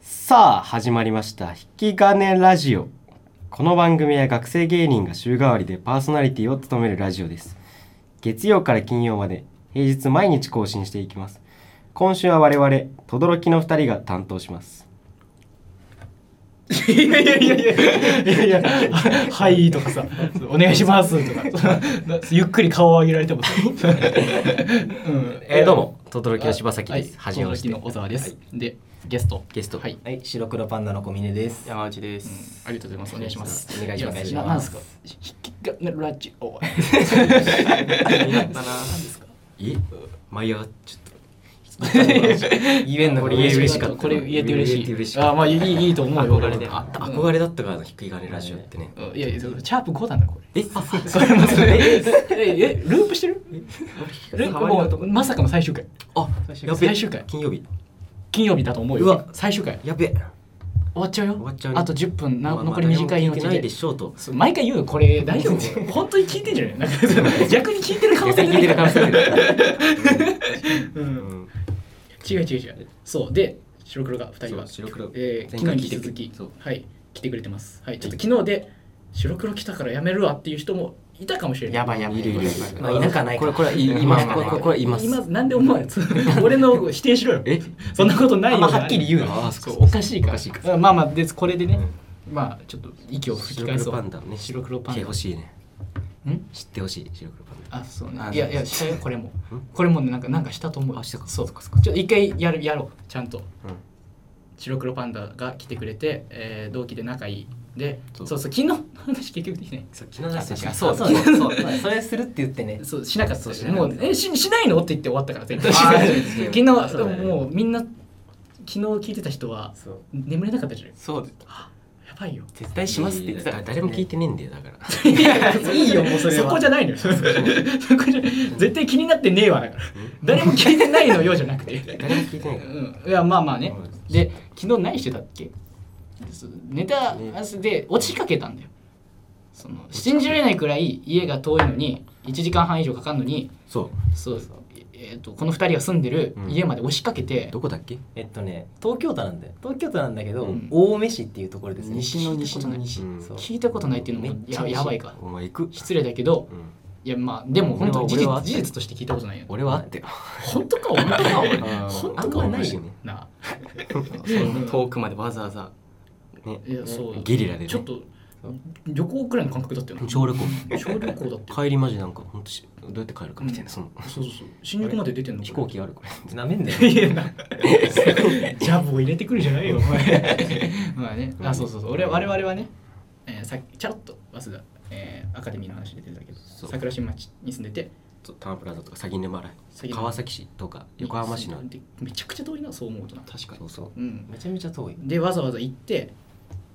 さあ始まりました「引き金ラジオ」この番組は学生芸人が週替わりでパーソナリティを務めるラジオです月曜から金曜まで平日毎日更新していきます今週は我々轟の2人が担当しますいやいやいやいやいやいやはいとかさお願いしますとかそのゆっくり顔を上げられてもさ、うんえーどうも轟の柴崎はでいすはじめましての小沢です、でゲストゲストはい、はい、白黒パンダの小峰です。山内でうんす。ありがとうございますお願いしますお願いしますやななんですか引き金ラジオ気になったな。え舞い上がっちゃっ言えんのこがれ言え嬉しかったこれ言えて嬉言えて嬉ししいかったあまあいいいいと思うよ憧れでたあったうん憧れだったからの「引き金ラジオ」ってねうんいやいやそれチャープ5なんだこれえあ そうそれもそれえええループしてるループもうまさかの最終回あやべ最終回金曜日金曜日だと思うようわ最終回やべ終わっちゃうよ終わっちゃうよあと10分な、まあまあ残り短い誰も聞命てないででしょうとそう毎回言うよこれ 大丈夫本当に聞いてんじゃないなんか その逆に聞いてる可能性聞いてる可能性あうるんうん違う違う違うそうで白黒が2人そはう白黒え前ー昨回日に聞いて引き続きそうはい来てくれてますはいちょっと昨日で白黒来たからやめるわっていう人もいたかもしれないやばいやばい。いるいるいるまあ、いなくはないかこれら。これはいいますこれこれこれいます今なんで思わない 俺の否定しろよえそんなことないよあんまはっきり言うなあそうおかしいからおかしいかまあまあですこれでね、まあちょっと息を吹き白返そ黒うパンダね白黒パ来ンてダほしいねん知ってほしい白黒パンあそうねあいやいやそうしたよこれもこれもねなんかなんかしたと思うよあしたかそうそっかそっちょっと一回やるやろうちゃんとダうん白黒パンダが来てくれて、えー同期で仲いいでそそううそう昨日 の話結局できないさっきの話でしあたそうそうそうそう。まあそれするって言ってね。そうしなかったそうしなかもったうえししないのって言って終わったから絶対あー昨日はそうだねもうみんな昨日聞いてた人はそう。眠れなかったじゃないそう、やばいよ絶対しますって言ってただ。誰も聞いてねえんだよだからいいよもうそれはそこじゃないのよそこじゃ絶対気になってねえわだから誰も聞いてないのよじゃなくて誰も聞いてないからうん、いやまあまあね、うで昨日何してたっけそネタねで落ちかけたんだよその信じられないくらい家が遠いのに1時間半以上かかるのにそそうえー、とこの2人が住んでるうん家まで押しかけてう、どこだっけえっとね、東京都なんだよ。東京都なんだけど、うん青梅市っていうところですね。西の西の西うんそう聞いたことないっていうのもめっちゃや美味しいやばいかお前行く失礼だけどうんいやまあでも本当事俺は実事実として聞いたことないよ俺は あってよ本当か本当か俺あー本当かあんまなないいよよねなあ遠くまでわざわざ。ねいやそうゲリラでねちょっと旅行くらいの感覚だったよな小旅行小旅行だって帰りマジなんか本当しどうやって帰るかみたいなそのそうそうそう新宿まで出てんの飛行機あるこれなめんだよ。いやなジャブを入れてくるじゃないよお前 まあねあそうそうそう俺我々はね、えー、さっきちゃらっと早稲田、えーアカデミーの話出てたけどそう桜新町に住んでてそうタウンプラザとか鷺沼らへん鷺沼川崎市とか横浜市のでめちゃくちゃ遠いなそう思うとな確かにそうそううんめちゃめちゃ遠い。でわざわざ行って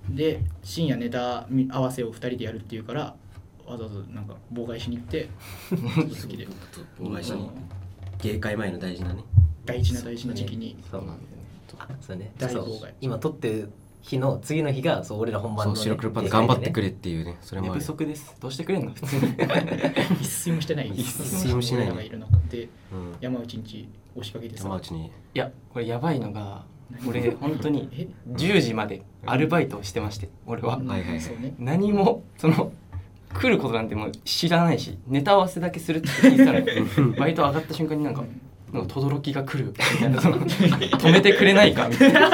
で深夜ネタ合わせを2人でやるっていうからわざわざなんか妨害しに行って好きでお会いしに芸会前の大事なね大事な大事な時期にそうなんだよね。あそうね。大そ妨う害今撮ってる日の次の日が、そう、俺ら本番そのうね。白黒パンダ頑張ってくれ。れっていうねそれ寝もあ不る足です。どうしてく れんの普通に。一睡もしてない一睡もしてないね俺らがいる中でうん山内んち押しかけてさ山内にいや、これやばいのが、俺、本当にえ10時までアルバイトをしてまして、俺はう。んはいはいはいそうね何も、その、来ることなんてもう知らないし、ネタ合わせだけするって聞いてたのに、バイト上がった瞬間になんか、なんか轟が来るみたいな、その止めてくれないかみたいな。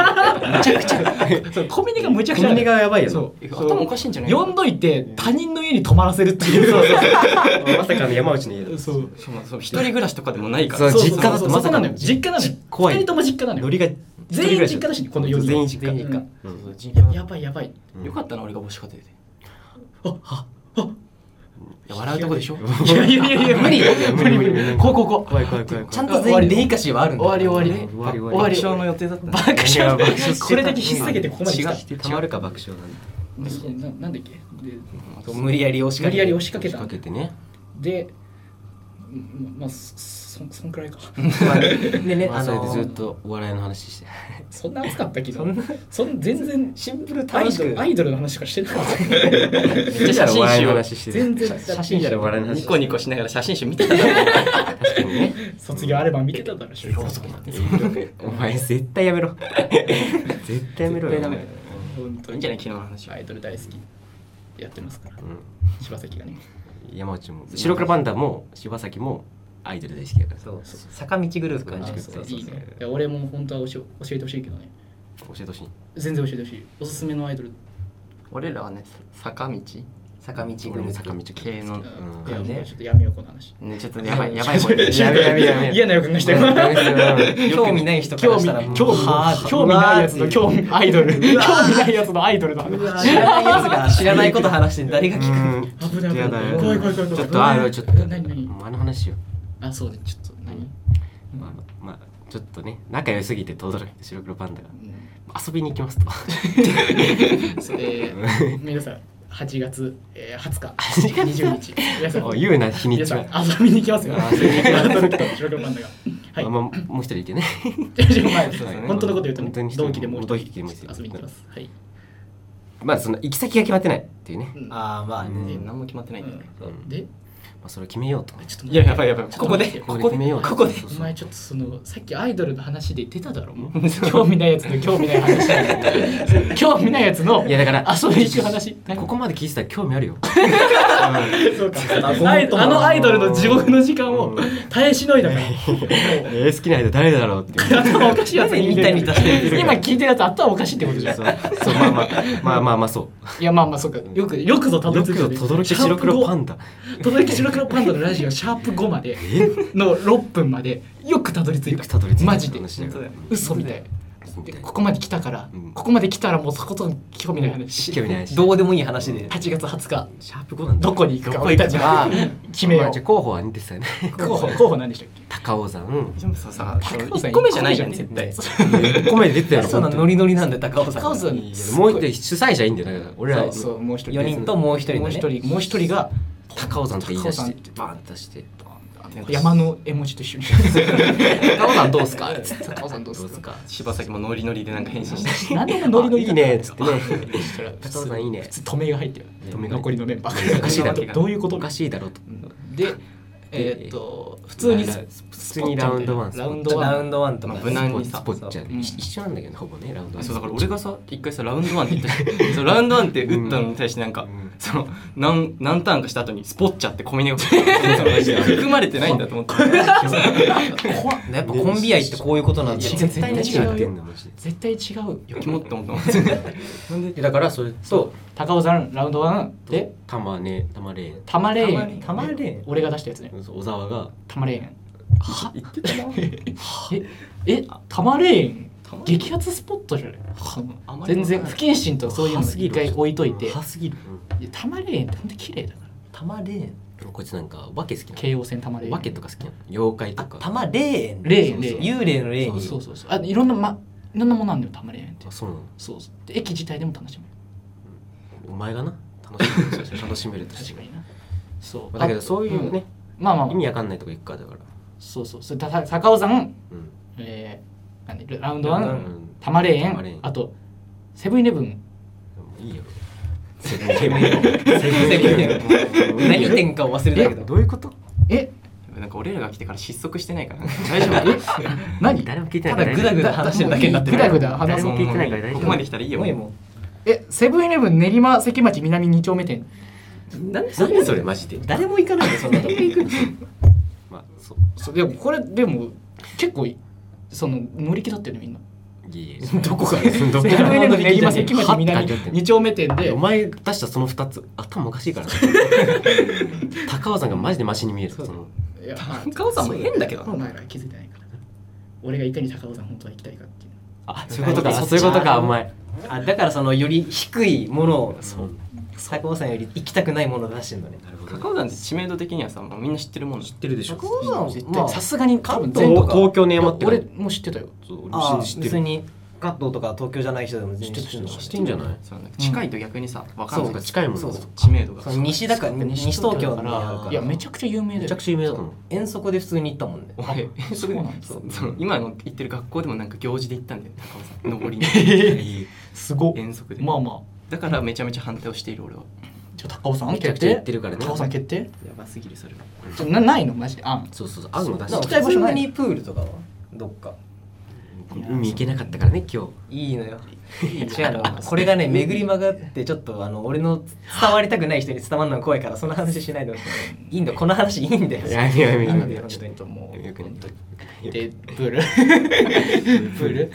めちゃくちゃそうコンビニがむちゃくちゃあコンるビニがやばいよねそうそう頭おかしいんじゃない呼んどいて他人の家に泊まらせるっていうそうまさかの山内の家そうしかもそう一人暮らしとかでもないかそうら。実家だとまさかそうそうそうそうなのよ実家なのよ怖い2人とも実家なのノよリが全員実家だしねこの4人全員実家全員実家うそうんそやうやばいやばいよかったな俺が母子家庭で。あいや笑うとこでしょ。いやいやいやいや無理無理無理こうこうこう怖い怖い怖いちゃんと全員デリカシーはあるんだよ。終わり終わり終わり終終わわりりショーの予定だったんだ。爆笑いや爆笑これだけ引っ提げてここまで来た違うたまるか爆笑なんでななんだっけで無理やり押しか無け理やり押しか仕けた掛けてねでうんまあそそそんくらいか で ね、まあ、あそれのでずっとお笑いの話してそんな暑かったけどそんなそん全然シンプルア楽イしドくルアイドルの話しかしてなかった めっちゃお笑いの話して全る然写真者でお笑いの話ニコニコしながら写真集見てたから確かにね卒業アルバム見てただろ就活お前絶対やめろ 絶対やめろよ絶対ダメだよ本当いいんじゃない昨日の話アイドル大好きやってますからう柴崎がねん、山内も白黒パンダも柴崎もアイドル大好きだからそう坂道グループかな坂道グそループうそういいねいや俺も本当は教え教えてほしいけどね教えてほしい全然教えてほしいおすすめのアイドル俺らはね坂道坂道グ俺ルもー坂プ道系のいやうんもうちょっとやめようこの話ねちょっとやばいやばい声 で やべやべやべ嫌な予感がして興味ない人からしたらもう興味はあ興味ないやつうわの興味アイドル興味ないやつのアイドルのー話知らないやつが知らないこと話して誰が聞く危ない危やだないや怖い怖い怖い怖いちょっとあちょっと何何もうあの話よ、あそうだちょっと何まあ、まあちょっとね仲良すぎてとどろい白黒パンダがうん遊びに行きますとそれ皆さん8月えー20日20日皆さんお言うな日に皆ちさは、ん遊びに行きますよあ遊びに行き ますあの時白黒パンダ がはあいまあもう一人いてねじゃあ前そうだね本当のこと言うと本当ねに同期でもう一人同期でもう一人遊びに行きますはいまあその行き先が決まってないっていうね、うんああまあうんねえ何も決まってないんだよねうんでまあ、それを決めようとちょっと待っていややばいやばいここでちょっと待ここってで決めようとここでそうおそう前ちょっとそのさっきアイドルの話で出ただろもう興味ないやつの興味ない話 興味ないやつのいやだから遊びに行く話何ここまで聞いてたら興味あるよそうかあアイあのアイドルの地獄の時間をうん耐えしのいだからえー好きな人誰だろうっていう頭おかしいやつに見たり見たりしてる今聞いてるやつ頭おかしいってことじゃんそうそうまあまあまあまあまあそいやまあまあそうかよくよくぞたうどよりく着いたぞねとどろき白黒パンダとどろき白黒パンダのラジオシャープ5までの6分までよくたどり着いよたくたどり着いたマジで話だよ嘘みたい嘘みでたいここまで来たから、うんここまで来たらもうそことん興味ない話興味ないしどうでもいい話で8月20日シャープ5なんだどこに行くか俺たちは決めまよあじゃうあ候補は似てたよね候補候補何でしたっけ高尾山でもささ高尾山1個目じゃないじゃん絶対1個目出てたよそんなノリノリなんで高尾さん高尾さんいやもう一人主催者いいんだよだから俺らそうそうもう一人4人ともう一人ものうね一人もう一人が高尾山とか言い出し高尾て山バーンって出して山の絵文字と一緒に 高尾山どうすか高尾山どうすか柴崎もノリノリでなんか返信してき何でもノリノリいいねっつってねそし たら高尾山いいね普通止めが入ってる止めが入ってる残りのメンバおかしいだーけがどういうことおかしいだろうとでえーっと普通にラス普通にラウンドワンラウンドワラウンンドワンとかまあ無難にさスポッチャうん一緒なんだけどねほぼねラウンドたワンそうだから俺がさ一回さラウンドワンって言ったじゃんそうラウンドワンって打ったのに対してなんか、うんその何何ターンかした後にスポッチャって小峰がその含まれてないんだと思ってやっぱコンビ愛ってこういうことなんいだやよ絶対に違ってんだもん絶対違うよキモって思ったもんだからそれそう高尾山ラウンドワンででたまねたまれんたまれたまれ園園たまれん俺が出したやつねそう小沢がたまれ園は言ってたなええたまれ園激アツスポットじゃないあまり全然不謹慎とそういうの一回置いといてはすぎるいやたまれ園ってほんと綺麗だからたまれんうんこいつなんかわけ好きな京王線たまれの園わけとか好きなの妖怪とかたまれん霊園霊園幽霊の霊にそうそうそうあいろんなまいろんなものなんだよたまれ園ってあそうなのそうそうで駅自体でも楽しめるお前がな楽しめる楽しめるとして 確かになそうだけどそういうねあまあまあま意あ味わかんないとこ行くからだからそうそうそれた高尾山うんえーなんでラウンドワラウンドンワうんたまれ多摩霊園園あとセブンイレブンもういいよセブンイレブンセブンイレブン 何言ってんか忘れたけえどどういうことえなんか俺らが来てから失速してないから大丈夫何誰も聞いてたなだいグダグダ話してるだけになってるグダグダ話誰すも聞いてないから大丈夫ここまで来たらいいよもういいもえセブンイレブン練馬関町南2丁目店 何それマジでう誰も行かないでそんなとこ行くまあそうそうでもこれでも結構いその乗り気だったよねみんないえいえどこかどこ セブンイレブン練馬関は町南って書いてあって2丁目店でお前出したその2つ頭おかしいからな高尾山がマジでマシに見えるそのいやまあ高尾山も変だけどお前ら気づいてないから俺がいかに高尾山本当は行きたいかっていうあそういうことかそういうことかお前あだからそのより低いものをそう高尾さんより行きたくないものを出してるのね高尾山って知名度的にはさもうみんな知ってるもん知ってるで高尾さんさすがに多分関東全と国か東京の山って俺も知ってたよそうあ俺知って別るに関東とか東京じゃない人でも全然知ってるのかなしてんじゃないそうなんか近いと逆にさ、わかんそなういか近いもんそう知名度がその西だから西東京のねあるからいやめちゃくちゃ有名だよめちゃくちゃ有名だと思う遠足で普通に行ったもんね俺そうなんだそうそう今の行ってる学校でもなんか行事で行ったんだよ高尾さん上りすごっ遠足で、まあまあだからめちゃめちゃ反対をしている俺はじゃあ高尾さんめちゃくちゃ言ってるからね高尾さん決定やばすぎるそれはじゃあなないのマジであんそうそうそう会うの出なんしかて普通にプールとかはどっか海行けなかったからね今日いいのよ違うのこれがね巡り曲がってちょっとあの俺の伝わりたくない人に伝わるのが怖いからその話しないでほしいいいんだよこの話いいんだよやめようやめようなんでよちょっともうよくね本当にでプールプール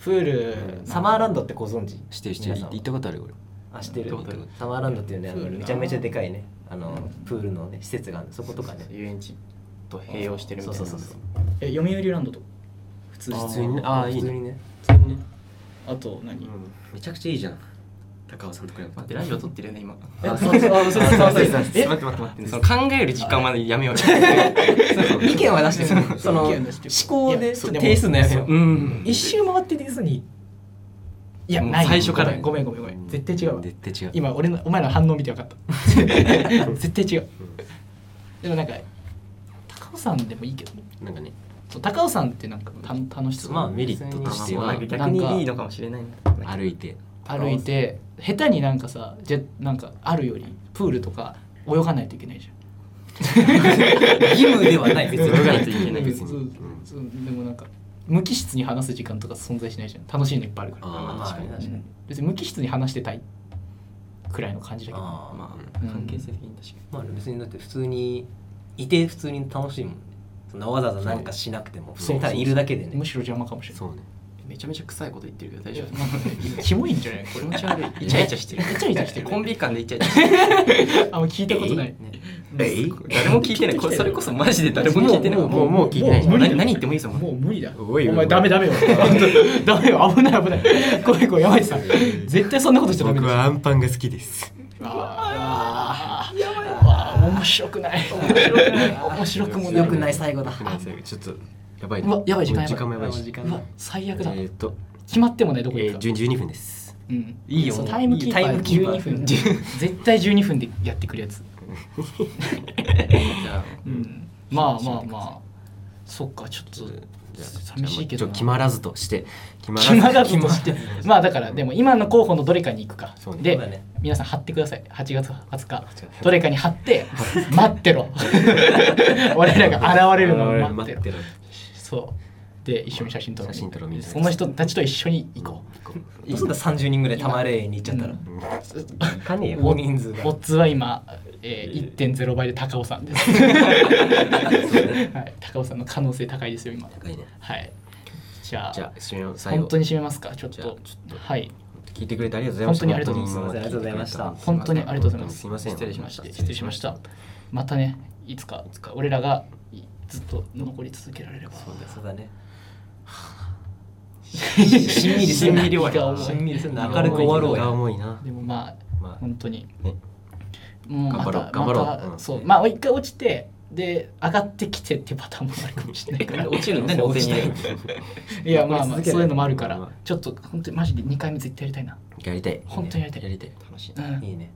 プールサマーランドってご存知してるしてる皆さんは行ったことあるよ俺あ知ってるどうどうサマーランドっていうねあのプールなめちゃめちゃでかいねあのプールのね施設があるそことかね遊園地と併用してるみたいなそうそうそうそうえ読売ランドと普通普通にねああいい普通にねね普通にねあと何めちゃくちゃいいじゃん高尾さんと比べ待ってラジオ撮ってるよね今えそうそうそうそうそうそうそうて待って待って待ってその考える時間までやめようそうそう意見は出してるその意思見出してる考いでやちょそっうと定数のやめよううん一周回ってディズニいやもうない最初からごめんごめんごめん絶対違うわ絶対違う今俺のお前の反応見て分かった 絶対違うでもなんか高尾山でもいいけどなんかねそう高尾山ってなんかた楽しそう、まあメリットとしてまあはまあ逆にいいのかもしれないな歩いて歩いて下手になんかさじゃなんかあるよりプールとか泳がないといけないじゃんー 義務ではない別泳がないにといけない別そうにそうそうでもなんか無機質に話す時間とか存在しないじゃん楽しいのいっぱいあるからああ確かにまあ確かに別に無機質に話してたいくらいの感じだけどあーまあうん関係性的に確かまあ別にだって普通にいて普通に楽しいもんねそんなわざわざなんかしなくても普通にただいるだけでねむしろ邪魔かもしれないそうねにめちゃめちゃ臭いこと言ってるけど大い丈や 夫なんかねキモいんじゃないこ気れ 持ち悪いイチャイチャしてるイチャイチャしてるコンビ間でイチャイチャしてるあんま聞いたことないえい誰も聞いてないこれそれこそマジで誰も聞いてないもうもうもう聞いてないもう無理だ何何言ってもいいですよももう無理だおいおいお前ダメダメよダメよ危ない危ないこれこれやばいさ絶対そんなことしてダメ僕だはア ンパンが好きですあーあー面白くない面白くもないよくない最後だちょっとやばいうわやばい時間時間もややばばいいしうわ最悪だえーっと決まってもないどこえ行ーくか12分ですうんいいよそうタイムキーパタイームキーパー12分 絶対12分でやってくるやつうじゃあうんまあまあまあそっかちょっとじゃあ寂しいけどちょな決まらずとして決ま暇だと決まして まあだからでも今の候補のどれかに行くかそうねで、そうだね皆さん貼ってください8月20日どれかに貼 って待ってろ 我らが現れるのを待ってろろそうで一緒に写真撮ろう写真撮ろうみんなでその人たちと一緒に行こどうすんだ30人ぐらいたまれに行っちゃったらうん行かねえうよ大人数がオッズは今、えー、1.0倍で高尾さんです、 はい、高尾さんの可能性高いですよ今高いねはいじゃあじゃあ締めよう最後本当に締めますかちょっとじゃあちょっとはい聞いてくれてありがとうございました本当にありがとうございますありがとうございました本当にありがとうございますすいません失礼しまししたて失礼しましたまたねいつか俺らがいずっと残り続けられればそうだねしんみりしんみり終わしんみりすんな明る明るくく終終わわろろううがよ重いなでもまあま本当にねもうま頑張たろう頑張ろうまうたんそうまあ一回落ちてで上がってきてってパターンもあるかもしれないから落ちるの何 落ち想た定いにいやまあま残あり続けるそういうのもあるかまあらまあちょっと本当にマジで2回目絶対やりたいなあやりたい本当にやりたいやりたい楽しいうんあいい ね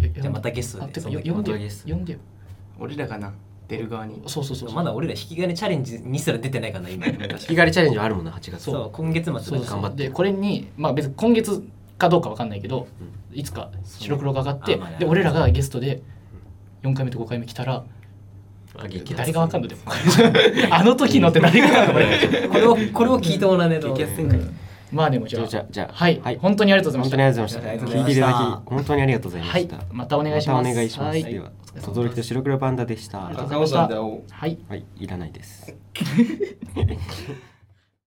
よじゃあまたゲストあでてかそのよ時呼んでまたよゲストで呼んでよ俺らがな出る側にそうそうそうそうまだ俺ら引き金チャレンジにすら出てないからな 今引き狩りチャレンジはあるもんな8月そう今月末そうだそかう頑張ってでこれにまあ別に今月かどうかわかんないけど、いつか白黒が上がってあまあで俺らがゲストで4回目と5回目来たらあ激アツ誰がわかんのでも あの時のって誰がわかんのらこれをこれを聞いてもらわねえと激アツ展開まあでもじじゃゃああじゃあじゃあはい、はい本当にありがとうご本ざ当いにあまりがとうございあましたりがと聞いうございまてしいただきた本当にありがとうございまししたた、はいまたお願いしままたすお願いします、はいではお疲れ様轟と白黒パンダでしたしたははいいいらないですた